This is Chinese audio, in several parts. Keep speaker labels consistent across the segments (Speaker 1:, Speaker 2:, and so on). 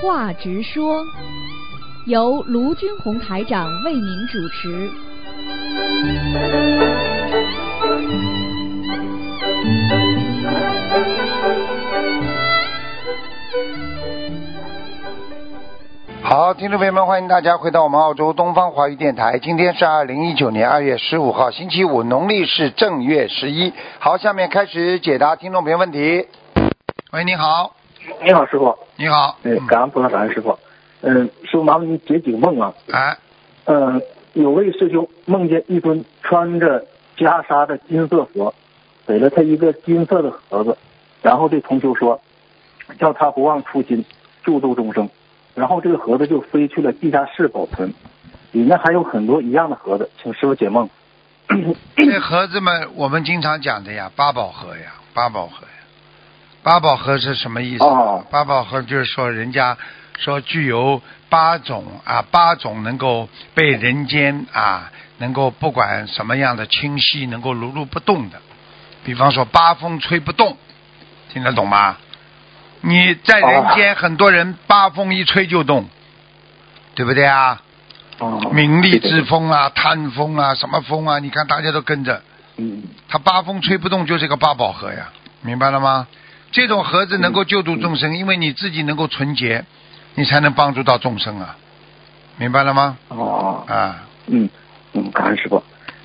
Speaker 1: 话直说，由卢军红台长为您主持。
Speaker 2: 好，听众朋友们，欢迎大家回到我们澳洲东方华语电台。今天是二零一九年二月十五号，星期五，农历是正月十一。好，下面开始解答听众朋友问题。喂，你好，
Speaker 3: 你好，哎师傅。
Speaker 2: 你好，
Speaker 3: 哎，感恩菩萨，感恩师傅。嗯，师傅，麻烦您解几个梦啊。
Speaker 2: 哎，
Speaker 3: 嗯，有位师兄梦见一尊穿着袈裟的金色佛，给了他一个金色的盒子，然后对同修说，叫他不忘初心，救度众生。然后这个盒子就飞去了地下室保存，里面还有很多一样的盒子，请师傅解梦。
Speaker 2: 这盒子嘛，我们经常讲的呀，八宝盒呀，八宝盒呀，八宝盒是什么意思？啊
Speaker 3: 哦
Speaker 2: 八宝盒就是说人家说具有八种啊，八种能够被人间啊，能够不管什么样的侵袭，能够如如不动的。比方说八风吹不动，听得懂吗？你在人
Speaker 3: 哦
Speaker 2: 间，很多人八风一吹就动，对不对啊？
Speaker 3: 哦
Speaker 2: 名利之
Speaker 3: 对对
Speaker 2: 风啊、贪风啊、什么风啊，你看大家都跟着，
Speaker 3: 嗯，
Speaker 2: 他八风吹不动，就是个八宝盒呀，明白了吗？这种盒子能够救度众生，因为你自己能够纯洁，你才能帮助到众生啊，明白了吗？
Speaker 3: 哦，
Speaker 2: 啊，
Speaker 3: 嗯，嗯，感恩师傅。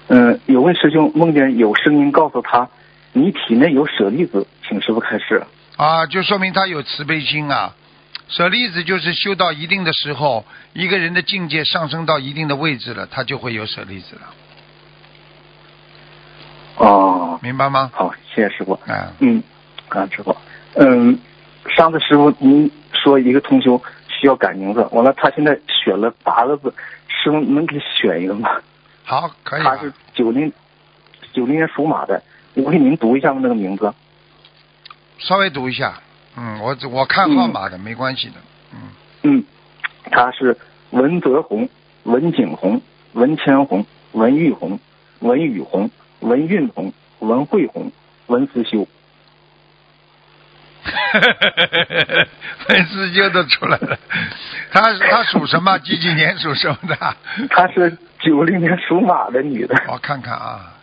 Speaker 3: 嗯，有位师兄梦见有声音告诉他，你体内有舍利子，请师傅开示。
Speaker 2: 啊，就说明他有慈悲心啊。舍利子就是修到一定的时候，一个人的境界上升到一定的位置了，他就会有舍利子了，
Speaker 3: 哦，
Speaker 2: 明白吗？
Speaker 3: 好，谢谢师傅。
Speaker 2: 啊，
Speaker 3: 嗯，感恩师傅。嗯，上次师傅您说一个同修需要改名字，完了他现在选了八个字，师傅能给选一个吗？
Speaker 2: 好，可以
Speaker 3: 他
Speaker 2: 了。
Speaker 3: 是九零九零年属马的，我给您读一下吗？那个名字。
Speaker 2: 稍微读一下，嗯，我只我看号码的，没关系的，嗯。
Speaker 3: 嗯，他是文泽红、文景红、文谦红、文玉红、文宇红、文运红、文慧红、文思修。
Speaker 2: 粉丝就都出来了。他他属什么？几几年属什么的？
Speaker 3: 她是九零年属马的女的。
Speaker 2: 我看看啊，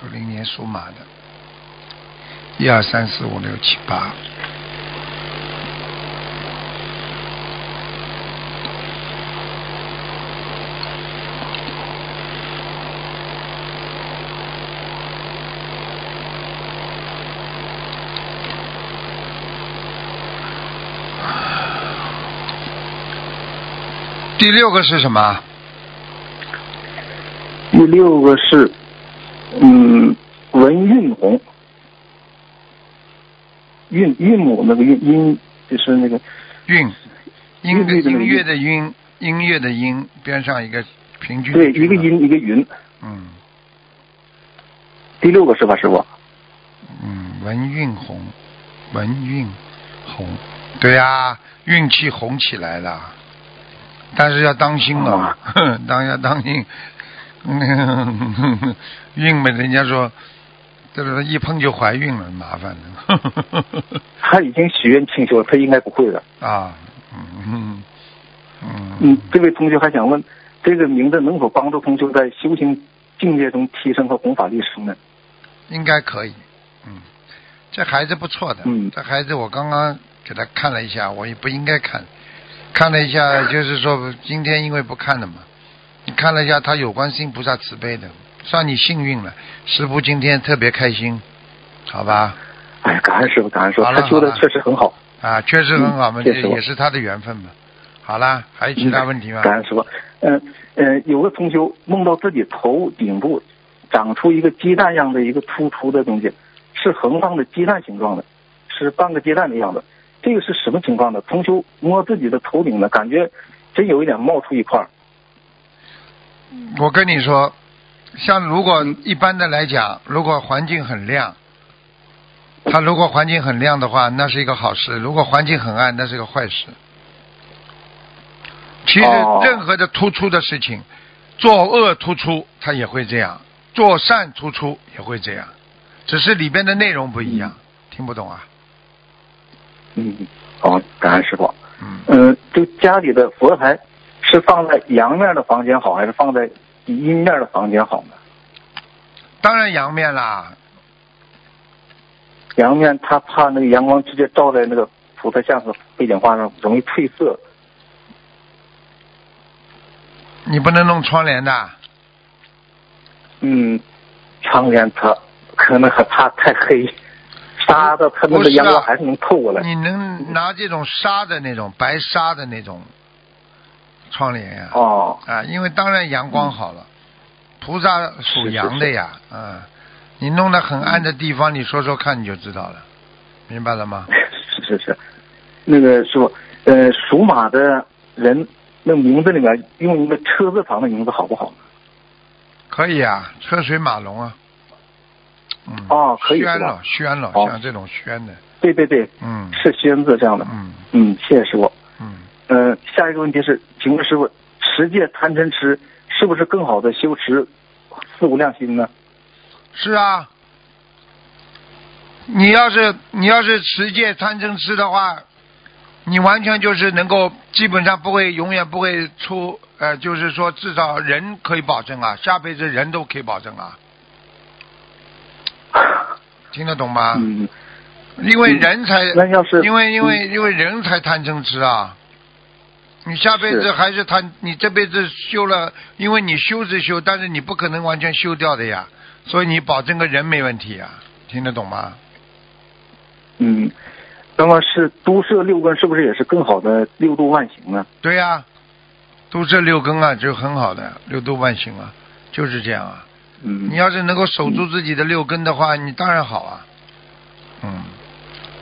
Speaker 2: 九零年属马的，一二三四五六七八。第六个是什么？
Speaker 3: 第六个是，嗯，文运红。韵韵母那个韵音就是那个
Speaker 2: 韵，音的
Speaker 3: 韵律的那个
Speaker 2: 音乐
Speaker 3: 韵
Speaker 2: 的音，音乐的音边上一个平均的
Speaker 3: 对
Speaker 2: 均
Speaker 3: 一个
Speaker 2: 啊，
Speaker 3: 音一个云。
Speaker 2: 嗯
Speaker 3: 第六个是吧，师傅？
Speaker 2: 嗯，文韵红，文韵红，对呀、运气红起来了，但是要当心了，
Speaker 3: 哦
Speaker 2: 当要当心，嗯，运嘛，人家说，这个一碰就怀孕了，麻烦了，
Speaker 3: 他已经许愿清修了，他应该不会的。
Speaker 2: 啊，嗯嗯
Speaker 3: 嗯，这位同学还想问，这个名字能否帮助同学在修行境界中提升和弘法利生呢？
Speaker 2: 应该可以，嗯，这孩子不错的，
Speaker 3: 嗯
Speaker 2: 这孩子我刚刚给他看了一下，我也不应该看，看了一
Speaker 3: 嗯
Speaker 2: 下，就是说今天因为不看了嘛，你看了一下他有观世音菩萨慈悲的，算你幸运了，师傅今天特别开心，好吧？
Speaker 3: 哎，感恩师傅，感恩师傅，
Speaker 2: 好了
Speaker 3: 他修的
Speaker 2: 好了
Speaker 3: 确实很好。
Speaker 2: 啊，确实很好嘛，
Speaker 3: 嗯
Speaker 2: 这
Speaker 3: 谢谢我
Speaker 2: 也是他的缘分嘛。好啦，还有其他问题吗？
Speaker 3: 感恩师傅。嗯呃，有个同修梦到自己头顶部长出一个鸡蛋样的一个突出的东西，是横放的鸡蛋形状的，是半个鸡蛋的样子。这个是什么情况呢？同修摸自己的头顶呢，感觉真有一点冒出一块儿。
Speaker 2: 我跟你说，像如果一般的来讲，如果环境很亮，它如果环境很亮的话，那是一个好事；如果环境很暗，那是个坏事。其实
Speaker 3: 哦
Speaker 2: 任何的突出的事情，作恶突出，它也会这样；做善突出也会这样，只是里边的内容不一样。听不懂啊？
Speaker 3: 嗯，好，感恩师傅。
Speaker 2: 嗯，
Speaker 3: 嗯，就家里的佛台是放在阳面的房间好，还是放在阴面的房间好呢？
Speaker 2: 当然阳面啦，
Speaker 3: 阳面他怕那个阳光直接照在那个菩萨像和背景画上，容易褪色。
Speaker 2: 你不能弄窗帘的，
Speaker 3: 嗯，窗帘它可能还怕太黑，纱的它那
Speaker 2: 不
Speaker 3: 个
Speaker 2: 是啊
Speaker 3: 阳光还是能透过来。
Speaker 2: 你能拿这种纱的那种白纱的那种窗帘呀、啊？
Speaker 3: 哦，
Speaker 2: 因为当然阳光好了，菩萨属阳的呀，啊，你弄得很暗的地方，你说说看你就知道了，明白了吗？
Speaker 3: 是是是，那个师傅，呃，属马的人那名字里面用一个车字旁的名字好不好呢？
Speaker 2: 可以啊，车水马龙啊，嗯，
Speaker 3: 哦可以
Speaker 2: 宣
Speaker 3: 是吧
Speaker 2: 了，宣了，
Speaker 3: 好
Speaker 2: 像这种宣的，
Speaker 3: 对对对，
Speaker 2: 嗯
Speaker 3: 是宣字这样的。
Speaker 2: 嗯
Speaker 3: 嗯，谢谢师傅。
Speaker 2: 嗯，
Speaker 3: 嗯，下一个问题是，请问师傅，持戒贪嗔痴是不是更好的修持四无量心呢？
Speaker 2: 是啊。你要是你要是持戒贪嗔痴的话，你完全就是能够基本上不会永远不会出呃，就是说至少人可以保证啊，下辈子人都可以保证啊，听得懂吗？
Speaker 3: 嗯，
Speaker 2: 因为人才，
Speaker 3: 那要是嗯
Speaker 2: 因为因为因为人才贪嗔痴啊，你下辈子
Speaker 3: 是
Speaker 2: 还是贪，你这辈子修了，因为你修是修，但是你不可能完全修掉的呀，所以你保证个人没问题呀，啊听得懂吗？
Speaker 3: 嗯，那么是都摄六根是不是也是更好的六度万行呢？
Speaker 2: 对呀、都这六根啊，就很好的六度万行啊，就是这样啊。
Speaker 3: 嗯，
Speaker 2: 你要是能够守住自己的六根的话，你当然好啊。嗯，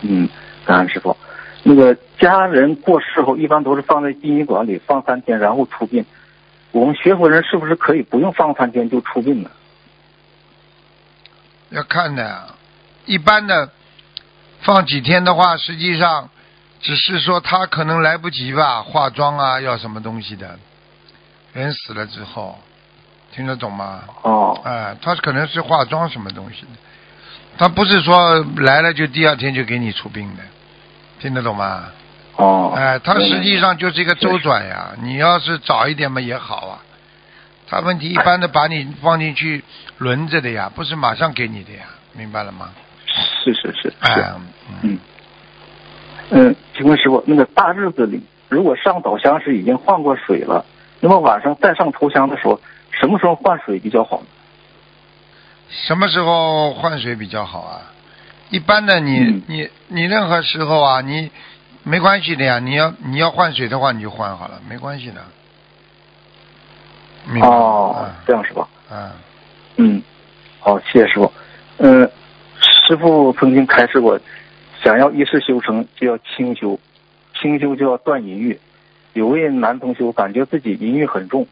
Speaker 3: 嗯，感恩师傅。那个家人过世后，一般都是放在殡仪馆里放三天，然后出殡。我们学佛人是不是可以不用放三天就出殡呢？
Speaker 2: 要看的呀，一般的放几天的话，实际上只是说他可能来不及吧，化妆啊，要什么东西的。人死了之后，听得懂吗？
Speaker 3: 哦，
Speaker 2: 哎、他可能是化妆什么东西的，他不是说来了就第二天就给你出殡的，听得懂吗？
Speaker 3: 哦，
Speaker 2: 哎，它实际上就是一个
Speaker 3: 确实
Speaker 2: 周转呀。你要是早一点嘛也好啊。他问题一般的把你放进去轮着的呀，不是马上给你的呀，明白了吗？
Speaker 3: 嗯是是是是，
Speaker 2: 哎，嗯，
Speaker 3: 嗯嗯，请问师傅，那个大日子里，如果上早香时已经换过水了，那么晚上再上头香的时候，什么时候换水比较好呢？
Speaker 2: 什么时候换水比较好啊？一般的你、
Speaker 3: 嗯
Speaker 2: 你你任何时候啊，你没关系的呀。你要你要换水的话，你就换好了，没关系的。明白
Speaker 3: 哦，这样是吧？
Speaker 2: 嗯嗯，
Speaker 3: 嗯，好，谢谢师傅。嗯，师傅曾经开示过，想要一世修成，就要清修，清修就要断淫欲。有位男同修感觉自己淫欲很重，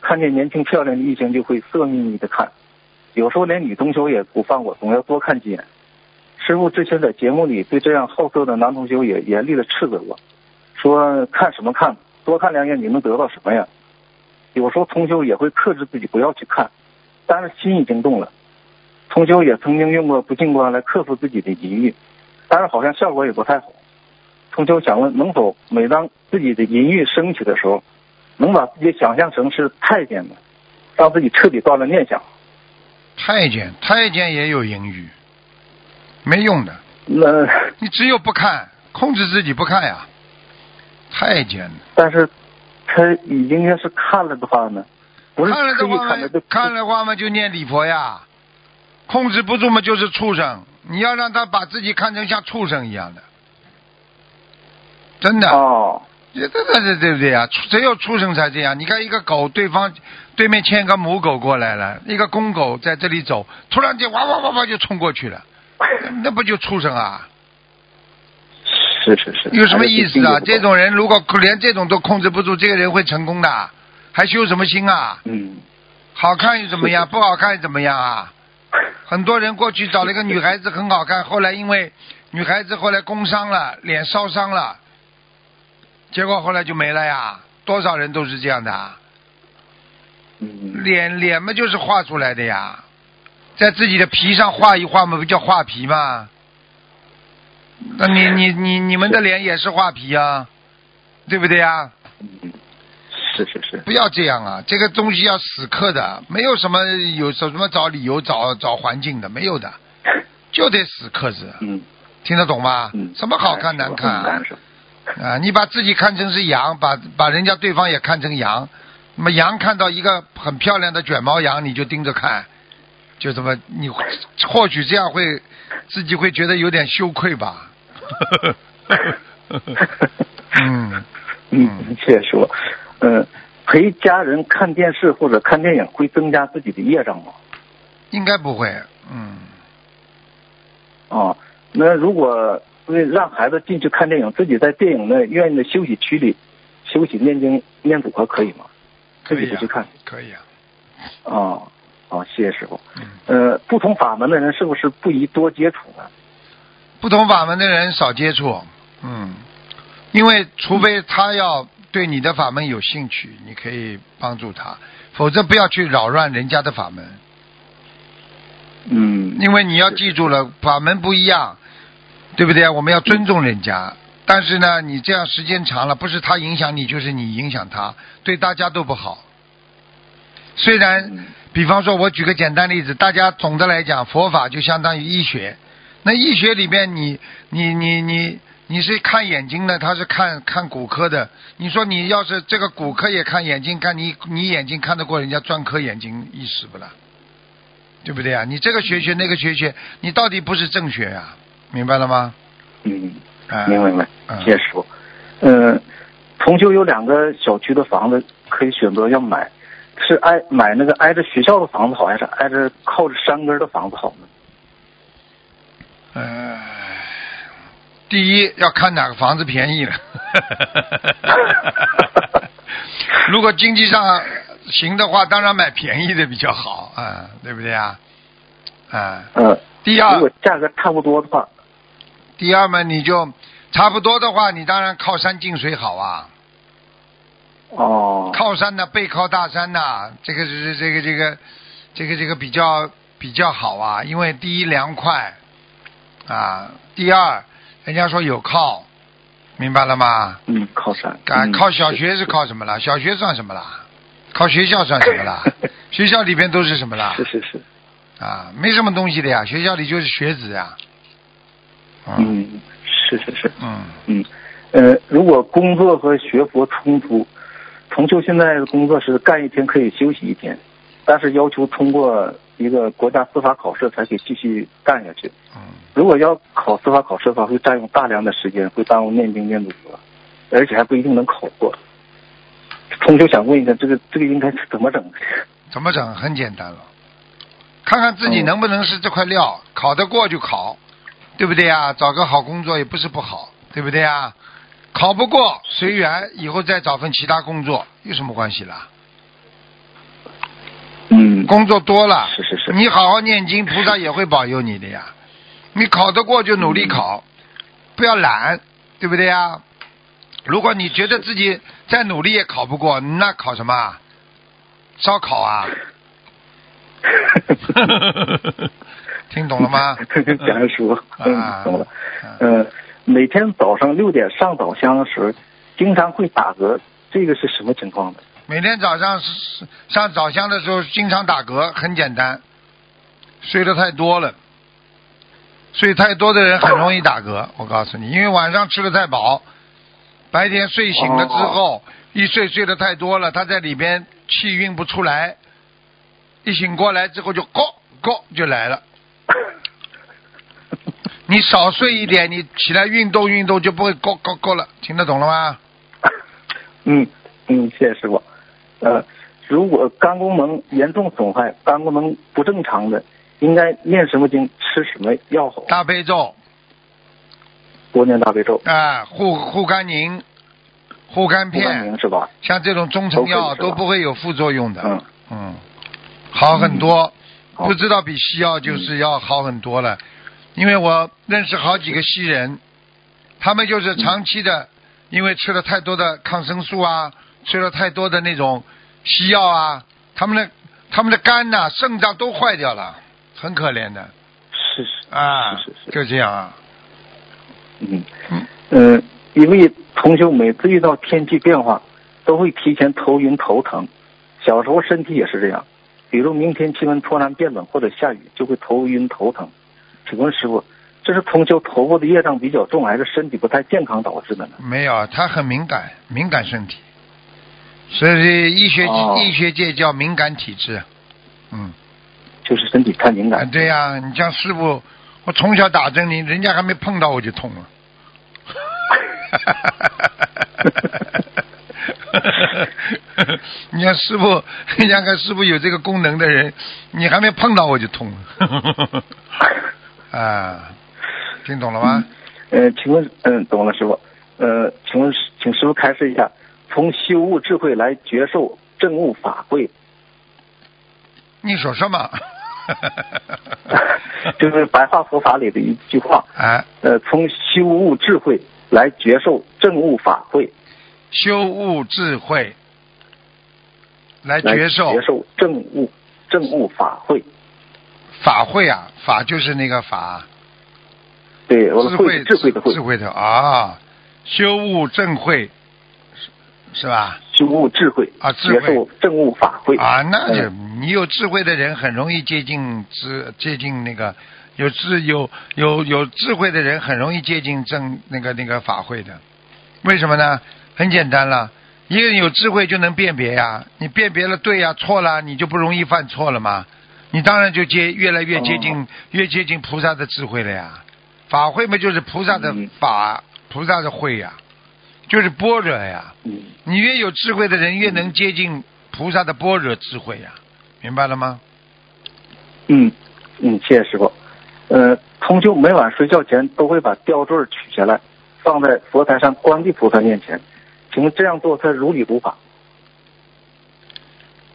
Speaker 3: 看见年轻漂亮的异性就会色眯眯的看，有时候连女同修也不放过，总要多看几眼。师傅之前在节目里对这样好色的男同修也严厉的斥责过，说看什么看，多看两眼你能得到什么呀？有时候同修也会克制自己不要去看，但是心已经动了。同修也曾经用过不净观来克服自己的疑虑，但是好像效果也不太好。同修想问，能否每当自己的淫欲升起的时候，能把自己想象成是太监呢？让自己彻底断了念想？
Speaker 2: 太监太监也有盈余，没用的。
Speaker 3: 那
Speaker 2: 你只有不看，控制自己不看呀，太监了。
Speaker 3: 但是他已经要是看了的话呢，不是
Speaker 2: 看了
Speaker 3: 刻
Speaker 2: 的话
Speaker 3: 意看
Speaker 2: 嘛
Speaker 3: 的，就，
Speaker 2: 看了话嘛就念礼佛呀，控制不住嘛就是畜生。你要让他把自己看成像畜生一样的，真的，
Speaker 3: 哦，
Speaker 2: 这这这这对不对呀？畜只有畜生才这样。你看一个狗，对方对面牵个母狗过来了，一个公狗在这里走，突然间哇哇哇哇就冲过去了，那不就畜生啊？
Speaker 3: 是是是，
Speaker 2: 有什么意思啊
Speaker 3: 还？是
Speaker 2: 这种人如果连这种都控制不住，这个人会成功的，还修什么心啊？
Speaker 3: 嗯，
Speaker 2: 好看又怎么样？
Speaker 3: 是
Speaker 2: 不好看又怎么样啊？很多人过去找了一个女孩子很好看，后来因为女孩子后来工伤了，脸烧伤了，结果后来就没了呀。多少人都是这样的啊，
Speaker 3: 嗯
Speaker 2: 脸脸嘛就是画出来的呀，在自己的皮上画一画嘛，不叫画皮吗？那你你你你们的脸也是画皮啊，对不对啊？
Speaker 3: 是是是，
Speaker 2: 不要这样啊！这个东西要死磕的，没有什么有什么找理由找找环境的，没有的，就得死磕着，
Speaker 3: 嗯
Speaker 2: 听得懂吗？
Speaker 3: 嗯。
Speaker 2: 什么好看难看
Speaker 3: 很
Speaker 2: 啊
Speaker 3: 难？受
Speaker 2: 啊，你把自己看成是羊，把把人家对方也看成羊，那么羊看到一个很漂亮的卷毛羊，你就盯着看，就这么你或许这样会自己会觉得有点羞愧吧。嗯，
Speaker 3: 嗯，谢谢师傅。嗯，陪家人看电视或者看电影会增加自己的业障吗？
Speaker 2: 应该不会，嗯，
Speaker 3: 啊，那如果为让孩子进去看电影，自己在电影的院的休息区里休息念经念组合可以吗？
Speaker 2: 可
Speaker 3: 自己
Speaker 2: 以
Speaker 3: 不
Speaker 2: 啊
Speaker 3: 去看，
Speaker 2: 可以啊，
Speaker 3: 啊。啊，谢谢师傅。
Speaker 2: 嗯。
Speaker 3: 呃，不同法门的人是不是不宜多接触呢？
Speaker 2: 不同法门的人少接触，嗯，因为除非他要对你的法门有兴趣，你可以帮助他，否则不要去扰乱人家的法门，
Speaker 3: 嗯
Speaker 2: 因为你要记住了，法门不一样，对不对？我们要尊重人家，但是呢，你这样时间长了，不是他影响你，就是你影响他，对大家都不好。虽然
Speaker 3: 嗯
Speaker 2: 比方说，我举个简单例子，大家总的来讲，佛法就相当于医学。那医学里面你，你你你你是看眼睛的，他是看看骨科的。你说你要是这个骨科也看眼睛，看你你眼睛看得过人家专科眼睛医师不啦？对不对啊？你这个学学那个学学，你到底不是正学呀、明白了吗？
Speaker 3: 嗯，
Speaker 2: 啊、
Speaker 3: 明白明白
Speaker 2: 嗯，
Speaker 3: 谢谢师傅。嗯，同修有两个小区的房子可以选择要买，是挨买那个挨着学校的房子好，还是挨着靠着山根儿的房子好呢？
Speaker 2: 呃，第一要看哪个房子便 宜了。如果经济上行的话，当然买便宜的比较好啊、对不对啊？啊、
Speaker 3: 嗯，
Speaker 2: 第
Speaker 3: 如果
Speaker 2: 二，
Speaker 3: 价格差不多的话，
Speaker 2: 第二嘛，你就差不多的话，你当然靠山近水好啊。
Speaker 3: 哦，
Speaker 2: 靠山呢，背靠大山呐，这个是这个这个这个这个比较比较好啊，因为第一凉快啊，第二人家说有靠，明白了吗？
Speaker 3: 嗯，靠山，
Speaker 2: 啊，
Speaker 3: 嗯
Speaker 2: 靠小学是靠什么啦？小学算什么啦？靠学校算什么啦？学校里边都是什么啦？
Speaker 3: 是是是，
Speaker 2: 啊，没什么东西的呀，学校里就是学子呀。嗯
Speaker 3: 嗯，是是是，
Speaker 2: 嗯，
Speaker 3: 嗯，呃，如果工作和学佛冲突，重修现在的工作是干一天可以休息一天，但是要求通过一个国家司法考试才可以继续干下去。
Speaker 2: 嗯
Speaker 3: 如果要考司法考试的话，会占用大量的时间，会耽误念经念祖国，而且还不一定能考过。重修想问一下，这个这个应该是怎么整？
Speaker 2: 怎么整？很简单了，看看
Speaker 3: 哦
Speaker 2: 自己能不能是这块料，考得过就考，对不对呀？找个好工作也不是不好，对不对呀？考不过随缘，以后再找份其他工作有什么关系啦？
Speaker 3: 嗯
Speaker 2: 工作多了，
Speaker 3: 是是是？
Speaker 2: 你好好念经，菩萨也会保佑你的呀。你考得过就努力考，不要懒，对不对呀？如果你觉得自己再努力也考不过，那考什么啊？烧烤啊？ 听懂了吗
Speaker 3: 感恩师傅，嗯，懂了。
Speaker 2: 啊
Speaker 3: 呃，每天早上六点上早香的时候，经常会打嗝，这个是什么情况呢？
Speaker 2: 每天早上是上早香的时候经常打嗝，很简单，睡得太多了。睡太多的人很容易打嗝，我告诉你，因为晚上吃的太饱，白天睡醒了之后，一睡睡得太多了，他在里边气运不出来，一醒过来之后就咕咕就来了。你少睡一点，你起来运动运动就不会咕咕咕了，听得懂了吗？
Speaker 3: 嗯嗯，谢谢师傅。呃，如果肝功能严重损坏，肝功能不正常的，应该念什么经，吃什么药好？
Speaker 2: 大悲咒。
Speaker 3: 多念大悲咒、
Speaker 2: 啊，护护肝宁、护肝
Speaker 3: 护肝
Speaker 2: 片，
Speaker 3: 宁是吧？
Speaker 2: 像这种中成药
Speaker 3: 都可以是吧
Speaker 2: 都不会有副作用的。
Speaker 3: 嗯
Speaker 2: 嗯好很多，
Speaker 3: 好
Speaker 2: 不知道比西药就是要好很多了。因为我认识好几个西人，他们就是长期的，因为吃了太多的抗生素啊，吃了太多的那种西药啊，他们的他们的肝呐、肾脏都坏掉了，很可怜的
Speaker 3: 是是
Speaker 2: 啊，
Speaker 3: 是是是
Speaker 2: 就这样啊。
Speaker 3: 嗯嗯，因为同修每次遇到天气变化，都会提前头晕头疼。小时候身体也是这样，比如明天气温突然变冷或者下雨，就会头晕头疼。请问师傅，这是同修头部的业障比较重，还是身体不太健康导致的呢？
Speaker 2: 没有，他很敏感，敏感身体，所以医学、
Speaker 3: 哦
Speaker 2: 医学界叫敏感体质。嗯，
Speaker 3: 就是身体太敏
Speaker 2: 啊
Speaker 3: 感。
Speaker 2: 对呀、你像师傅，我从小打针，你人家还没碰到我就痛了。你看师傅，你想看师傅有这个功能的人，你还没碰到我就痛了。啊，听懂了吗？
Speaker 3: 呃，请问，嗯，懂了，师傅。呃，请问，请师傅开示一下，从修悟智慧来觉受正悟法 贵，
Speaker 2: 你说什么？
Speaker 3: 就是白话佛法里的一句话。
Speaker 2: 啊，
Speaker 3: 呃，从修悟智慧来觉受正悟法会，
Speaker 2: 修悟智慧，来
Speaker 3: 来
Speaker 2: 觉受
Speaker 3: 觉受正悟正悟法会。
Speaker 2: 法会啊，法就是那个法，
Speaker 3: 对，我
Speaker 2: 智
Speaker 3: 的慧
Speaker 2: 慧
Speaker 3: 是智慧的慧
Speaker 2: 智，慧的啊，修悟正慧是是吧？
Speaker 3: 修悟智慧
Speaker 2: 啊智慧
Speaker 3: 觉受正悟法会
Speaker 2: 啊，那就
Speaker 3: 嗯
Speaker 2: 你有智慧的人很容易接近智，接近那个有智有有有智慧的人很容易接近正那个那个法会的，为什么呢？很简单了，一个人有智慧就能辨别呀，你辨别了对呀错了，你就不容易犯错了嘛，你当然就接越来越接
Speaker 3: 哦
Speaker 2: 近、越接近菩萨的智慧了呀。法会嘛就是菩萨的
Speaker 3: 嗯
Speaker 2: 法，菩萨的慧呀，就是般若呀。
Speaker 3: 嗯，
Speaker 2: 你越有智慧的人，越能接近菩萨的般若智慧呀、明白了吗？
Speaker 3: 嗯嗯，谢谢师傅。呃，同修每晚睡觉前都会把吊坠取下来，放在佛台上观地菩萨面前。请问这样做，他如理如法？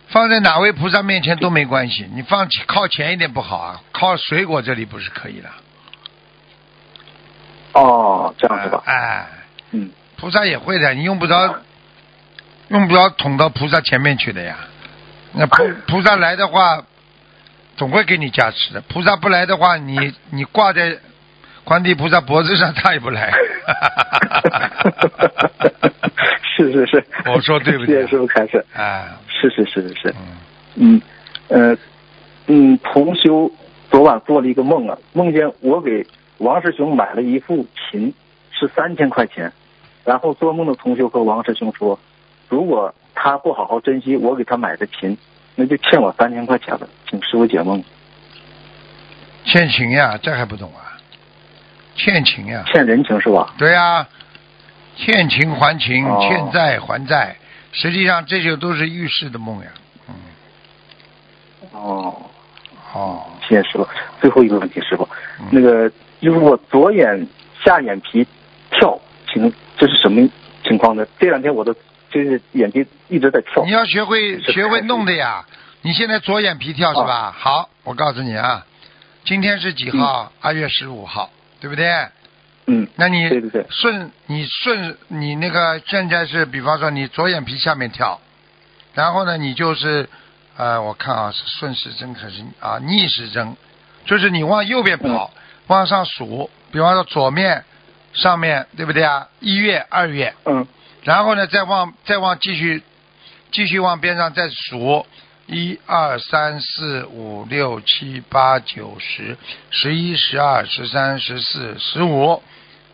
Speaker 2: 放在哪位菩萨面前都没关系，你放起靠前一点不好啊，靠水果这里不是可以了？
Speaker 3: 哦，这样是吧？
Speaker 2: 哎，
Speaker 3: 嗯，
Speaker 2: 菩萨也会的，你用不着，用不着捅到菩萨前面去的呀。那菩菩萨来的话，总会给你加持的。菩萨不来的话，你你挂在观地菩萨脖子上，他也不 来。
Speaker 3: 是是是，
Speaker 2: 我说对不对啊
Speaker 3: 谢谢师傅开示。
Speaker 2: 哎，
Speaker 3: 是是是是是，
Speaker 2: 嗯。
Speaker 3: 嗯，呃，嗯，同修昨晚做了一个梦啊，梦见我给王师兄买了一副琴，是三千块钱，然后做梦的同修和王师兄说，如果他不好好珍惜我给他买的琴，那就欠我三千块钱了，请师傅解梦，
Speaker 2: 欠情呀，这还不懂啊？欠情呀，
Speaker 3: 欠人情是吧？
Speaker 2: 对呀、欠情还情，
Speaker 3: 哦
Speaker 2: 欠债还债，实际上这就都是预示的梦呀。嗯，
Speaker 3: 哦，
Speaker 2: 哦，
Speaker 3: 谢谢师傅。最后一个问题，师傅
Speaker 2: 嗯，
Speaker 3: 那个就是我左眼下眼皮跳，请这是什么情况呢？这两天我的就是眼睛一直在跳
Speaker 2: 你。要学会
Speaker 3: 是哦
Speaker 2: 学会弄的呀。你现在左眼皮跳是吧？好，我告诉你啊，今天是几号？二、月十五号，对不对？
Speaker 3: 嗯，
Speaker 2: 那你
Speaker 3: 对对对
Speaker 2: 顺你顺你那个现在是，比方说你左眼皮下面跳，然后呢你就是呃，我看啊是顺时针还是啊逆时针，就是你往右边
Speaker 3: 嗯
Speaker 2: 跑，往上数，比方说左面上面对不对啊？一月、二月，
Speaker 3: 嗯，
Speaker 2: 然后呢再往再往继续继续往边上再数。一二三四五六七八九十十一十二十三十四十五，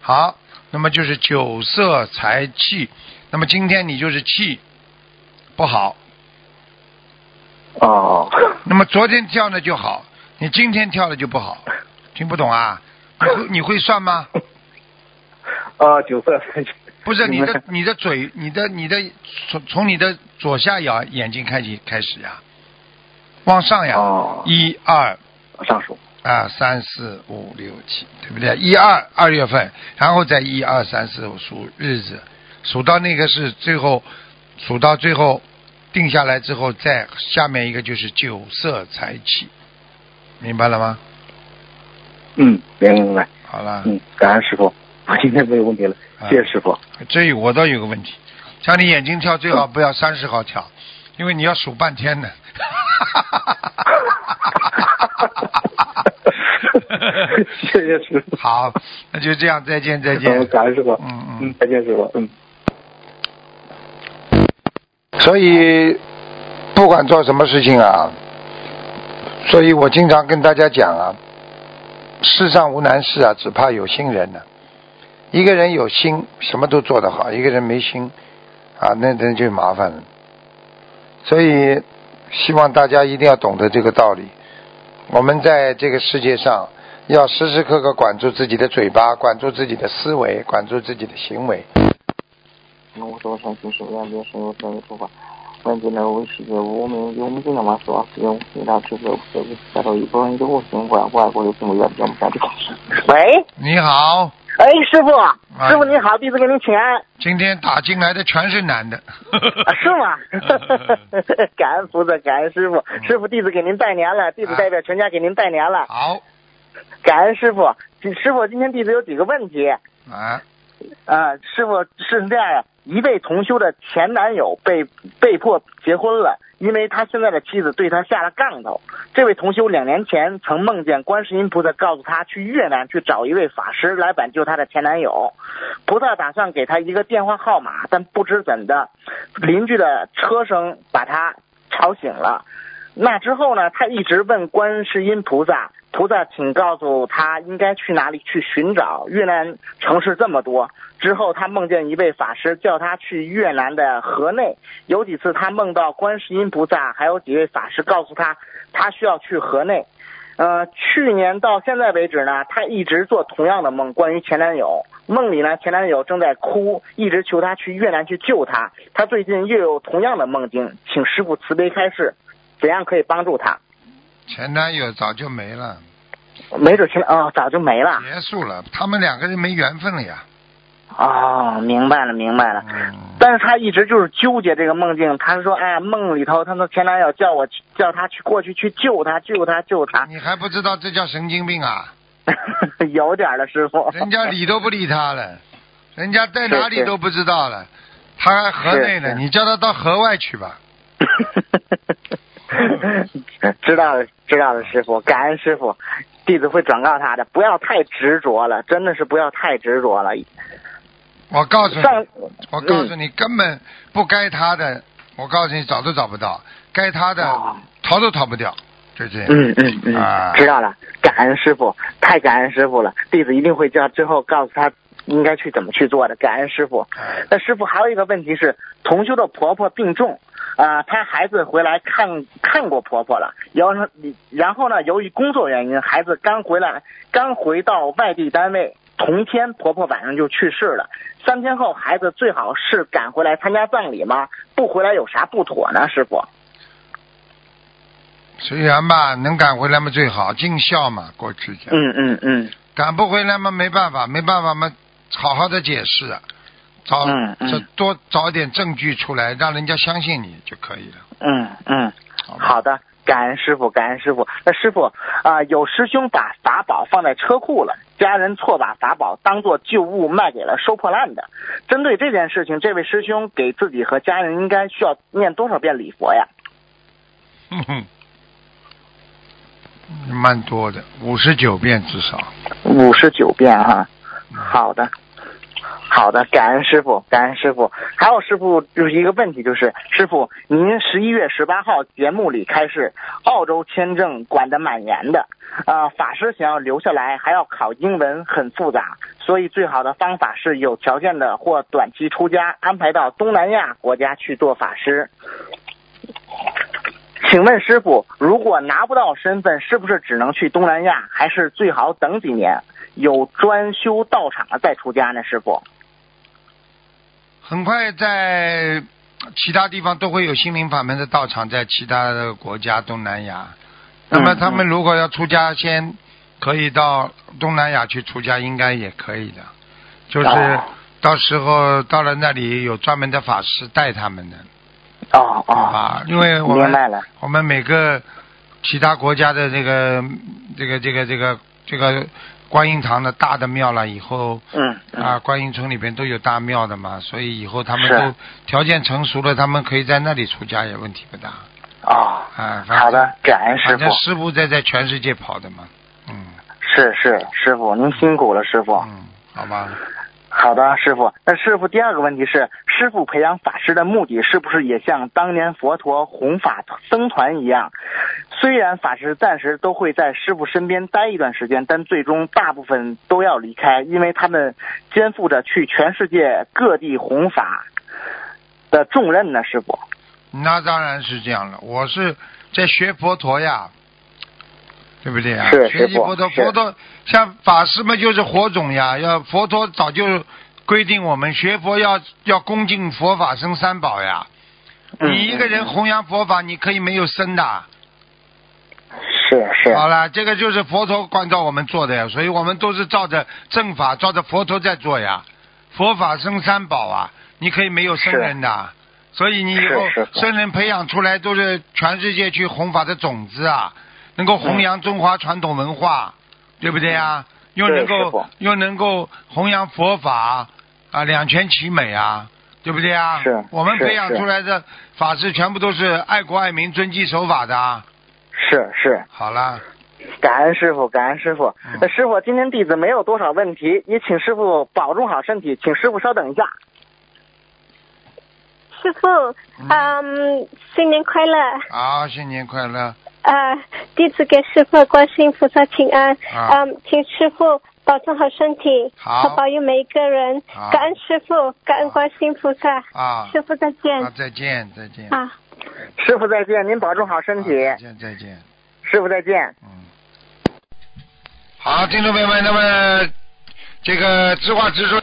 Speaker 2: 好，那么就是酒色财气，那么今天你就是气不好，
Speaker 3: 哦，
Speaker 2: 那么昨天跳呢就好，你今天跳了就不好，听不懂啊？你会你会算吗？
Speaker 3: 啊，九色，
Speaker 2: 不是你
Speaker 3: 明白
Speaker 2: 的你的嘴，你的你的从从你的左下角眼睛开始开始呀、往上呀，
Speaker 3: 哦
Speaker 2: 一二
Speaker 3: 上手。
Speaker 2: 啊，三四五六七，对不对？一二二月份，然后再一二三四五数日子，数到那个是最后，数到最后定下来之后，再下面一个就是酒色财气，明白了吗？
Speaker 3: 嗯，明白明白。
Speaker 2: 好了，
Speaker 3: 嗯，感恩师傅，我今天没有问题了，
Speaker 2: 嗯
Speaker 3: 谢谢 师傅。
Speaker 2: 这我倒有个问题，像你眼睛跳最好不要三十号跳，因为你要数半天的。
Speaker 3: 谢谢师傅。
Speaker 2: 好，那就这样，再见，再
Speaker 3: 好
Speaker 2: 见。
Speaker 3: 感恩师傅。
Speaker 2: 嗯嗯
Speaker 3: 嗯，再见师傅。嗯。
Speaker 2: 所以不管做什么事情啊，所以我经常跟大家讲啊，世上无难事啊，只怕有心人呢、一个人有心，什么都做得好；一个人没心，啊，那那就麻烦了。所以，希望大家一定要懂得这个道理。我们在这个世界上，要时时刻刻管住自己的嘴巴，管住自己的思维，管住自己的行为。
Speaker 4: 那嗯我多少就是让别神有所有处罚，万劫难为世界无名有名尽的马所使用伟大智慧所为大道一波人就不行管外国的父母远远不下这个事。
Speaker 5: 喂，
Speaker 2: 你好，
Speaker 5: 哎，师傅，师傅您好，弟子给您请安，
Speaker 2: 今天打进来的全是男的，
Speaker 5: 啊是吗？感恩菩萨，感恩师傅，师傅弟子给您拜年了，弟子代表全家给您拜年了，
Speaker 2: 好
Speaker 5: 感恩师傅。师傅，今天弟子有几个问题
Speaker 2: 啊，
Speaker 5: 啊？师傅是这样呀，一位同修的前男友被被迫结婚了，因为他现在的妻子对他下了杠头。这位同修两年前曾梦见观世音菩萨告诉他去越南去找一位法师来挽救他的前男友，菩萨打算给他一个电话号码，但不知怎的，邻居的车声把他吵醒了。那之后呢，他一直问观世音菩萨，菩萨请告诉他应该去哪里去寻找。越南城市这么多，之后他梦见一位法师叫他去越南的河内，有几次他梦到观世音菩萨，还有几位法师告诉他，他需要去河内。呃，去年到现在为止呢，她一直做同样的梦，关于前男友。梦里呢，前男友正在哭，一直求她去越南去救他。她最近又有同样的梦境，请师傅慈悲开示，怎样可以帮助她？
Speaker 2: 前男友早就没了，
Speaker 5: 没准前哦早就没了
Speaker 2: 结束了，他们两个人没缘分了呀。
Speaker 5: 哦，明白了明白了。
Speaker 2: 嗯，
Speaker 5: 但是她一直就是纠结这个梦境，她说哎呀梦里头她的前男友叫我去叫她去过去去救他救他救他，
Speaker 2: 你还不知道这叫神经病啊？
Speaker 5: 有点儿了师傅。
Speaker 2: 人家理都不理他了，人家在哪里
Speaker 5: 是
Speaker 2: 都不知道了，他还河内呢，
Speaker 5: 是是
Speaker 2: 你叫他到河外去吧。
Speaker 5: 知道了，知道了，师傅，感恩师傅，弟子会转告他的，不要太执着了，真的是不要太执着了。
Speaker 2: 嗯我告诉你，
Speaker 5: 上嗯
Speaker 2: 我告诉你，根本不该他的，我告诉你，找都找不到，该他的
Speaker 5: 哦
Speaker 2: 逃都逃不掉，就这样。
Speaker 5: 嗯嗯嗯，
Speaker 2: 啊
Speaker 5: 知道了，感恩师傅，太感恩师傅了，弟子一定会叫之后告诉他应该去怎么去做的，感恩师傅。
Speaker 2: 哎
Speaker 5: 呃那师傅还有一个问题是，同修的婆婆病重，啊、她孩子回来看看过婆婆了，然后然后呢，由于工作原因，孩子刚回来，刚回到外地单位，同天婆婆晚上就去世了。三天后，孩子最好是赶回来参加葬礼吗？不回来有啥不妥呢？师傅，
Speaker 2: 虽然吧，能赶回来嘛最好，尽孝嘛，过去讲。
Speaker 5: 嗯嗯嗯，
Speaker 2: 赶不回来嘛，没办法，没办法嘛，好好的解释啊，找
Speaker 5: 嗯嗯
Speaker 2: 这多找点证据出来，让人家相信你就可以了。
Speaker 5: 嗯嗯，
Speaker 2: 好吧
Speaker 5: 好的，感恩师傅，感恩师傅。那师傅啊、有师兄把法宝放在车库了，家人错把法宝当做旧物卖给了收破烂的。针对这件事情，这位师兄给自己和家人应该需要念多少遍礼佛呀？
Speaker 2: 哼嗯哼，蛮多的，五十九遍至少。
Speaker 5: 五十九遍哈、好的。好的，感恩师傅，感恩师傅。还有师傅就是一个问题，就是师傅，您十一月十八号节目里开始，澳洲签证管得蛮严的，呃，法师想要留下来还要考英文，很复杂，所以最好的方法是有条件的或短期出家，安排到东南亚国家去做法师。请问师傅，如果拿不到身份，是不是只能去东南亚，还是最好等几年有专修道场了再出家呢？师傅，
Speaker 2: 很快在其他地方都会有心灵法门的道场，在其他的国家东南亚。
Speaker 5: 嗯
Speaker 2: 那么他们如果要出家，先可以到东南亚去出家，应该也可以的。就是
Speaker 5: 哦
Speaker 2: 到时候到了那里，有专门的法师带他们的
Speaker 5: 哦哦，
Speaker 2: 啊，因为我
Speaker 5: 明
Speaker 2: 们
Speaker 5: 白了，
Speaker 2: 我们每个其他国家的这个这个这个这个这个观音堂的大的庙了以后，
Speaker 5: 嗯
Speaker 2: 啊，
Speaker 5: 嗯
Speaker 2: 观音村里边都有大庙的嘛，所以以后他们
Speaker 5: 是
Speaker 2: 都条件成熟了，他们可以在那里出家，也问题不大。
Speaker 5: 哦，
Speaker 2: 啊，反正
Speaker 5: 好的，感恩师
Speaker 2: 反
Speaker 5: 傅
Speaker 2: 正，师傅在在全世界跑的嘛，嗯，
Speaker 5: 是是，师傅您辛苦了，师傅。
Speaker 2: 嗯，好吧。
Speaker 5: 好的，师傅。那师傅第二个问题是，师傅培养法师的目的是不是也像当年佛陀弘法僧团一样？虽然法师暂时都会在师傅身边待一段时间，但最终大部分都要离开，因为他们肩负着去全世界各地弘法的重任呢。师傅，
Speaker 2: 那当然是这样了，我是在学佛陀呀，对不对啊？
Speaker 5: 是
Speaker 2: 学
Speaker 5: 学
Speaker 2: 习
Speaker 5: 佛
Speaker 2: 佛陀，
Speaker 5: 是
Speaker 2: 佛陀像法师们就是火种呀，要佛陀早就规定我们学佛要要恭敬佛法生三宝呀。
Speaker 5: 嗯
Speaker 2: 你一个人弘扬佛法，你可以没有生的。
Speaker 5: 是是
Speaker 2: 好了，这个就是佛陀关照我们做的呀，所以我们都是照着正法，照着佛陀在做呀。佛法生三宝啊，你可以没有生人的，所以你以后
Speaker 5: 是是是
Speaker 2: 生人培养出来都是全世界去弘法的种子啊，能
Speaker 5: 嗯
Speaker 2: 够弘扬中华传统文化，对不对啊？又能
Speaker 5: 对师
Speaker 2: 够
Speaker 5: 父
Speaker 2: 又能够弘扬佛法啊，两全其美啊，对不对啊？
Speaker 5: 是
Speaker 2: 我们
Speaker 5: 是
Speaker 2: 培养
Speaker 5: 是
Speaker 2: 出来的法师全部都是爱国爱民、遵纪守法的啊。
Speaker 5: 是是，
Speaker 2: 好了。
Speaker 5: 感恩师傅，感恩师傅
Speaker 2: 嗯。
Speaker 5: 那师傅，今天弟子没有多少问题，也请师傅保重好身体，请师傅稍等一下。
Speaker 6: 师傅，嗯，新年快乐！
Speaker 2: 好，新年快乐！
Speaker 6: 呃，弟子给师傅观世音菩萨请安，
Speaker 2: 啊
Speaker 6: 嗯，请师傅保重好身体，
Speaker 2: 好
Speaker 6: 保佑每一个人
Speaker 2: 好，
Speaker 6: 感恩师傅，感恩观世音菩萨，
Speaker 2: 啊，
Speaker 6: 师傅再见
Speaker 2: 啊，再见，再见，啊，
Speaker 6: 啊！
Speaker 5: 师傅再见，您保重好身体。
Speaker 2: 再见，再见，
Speaker 5: 师傅再见。
Speaker 2: 嗯。好，听众朋友们，那么这个直话直说。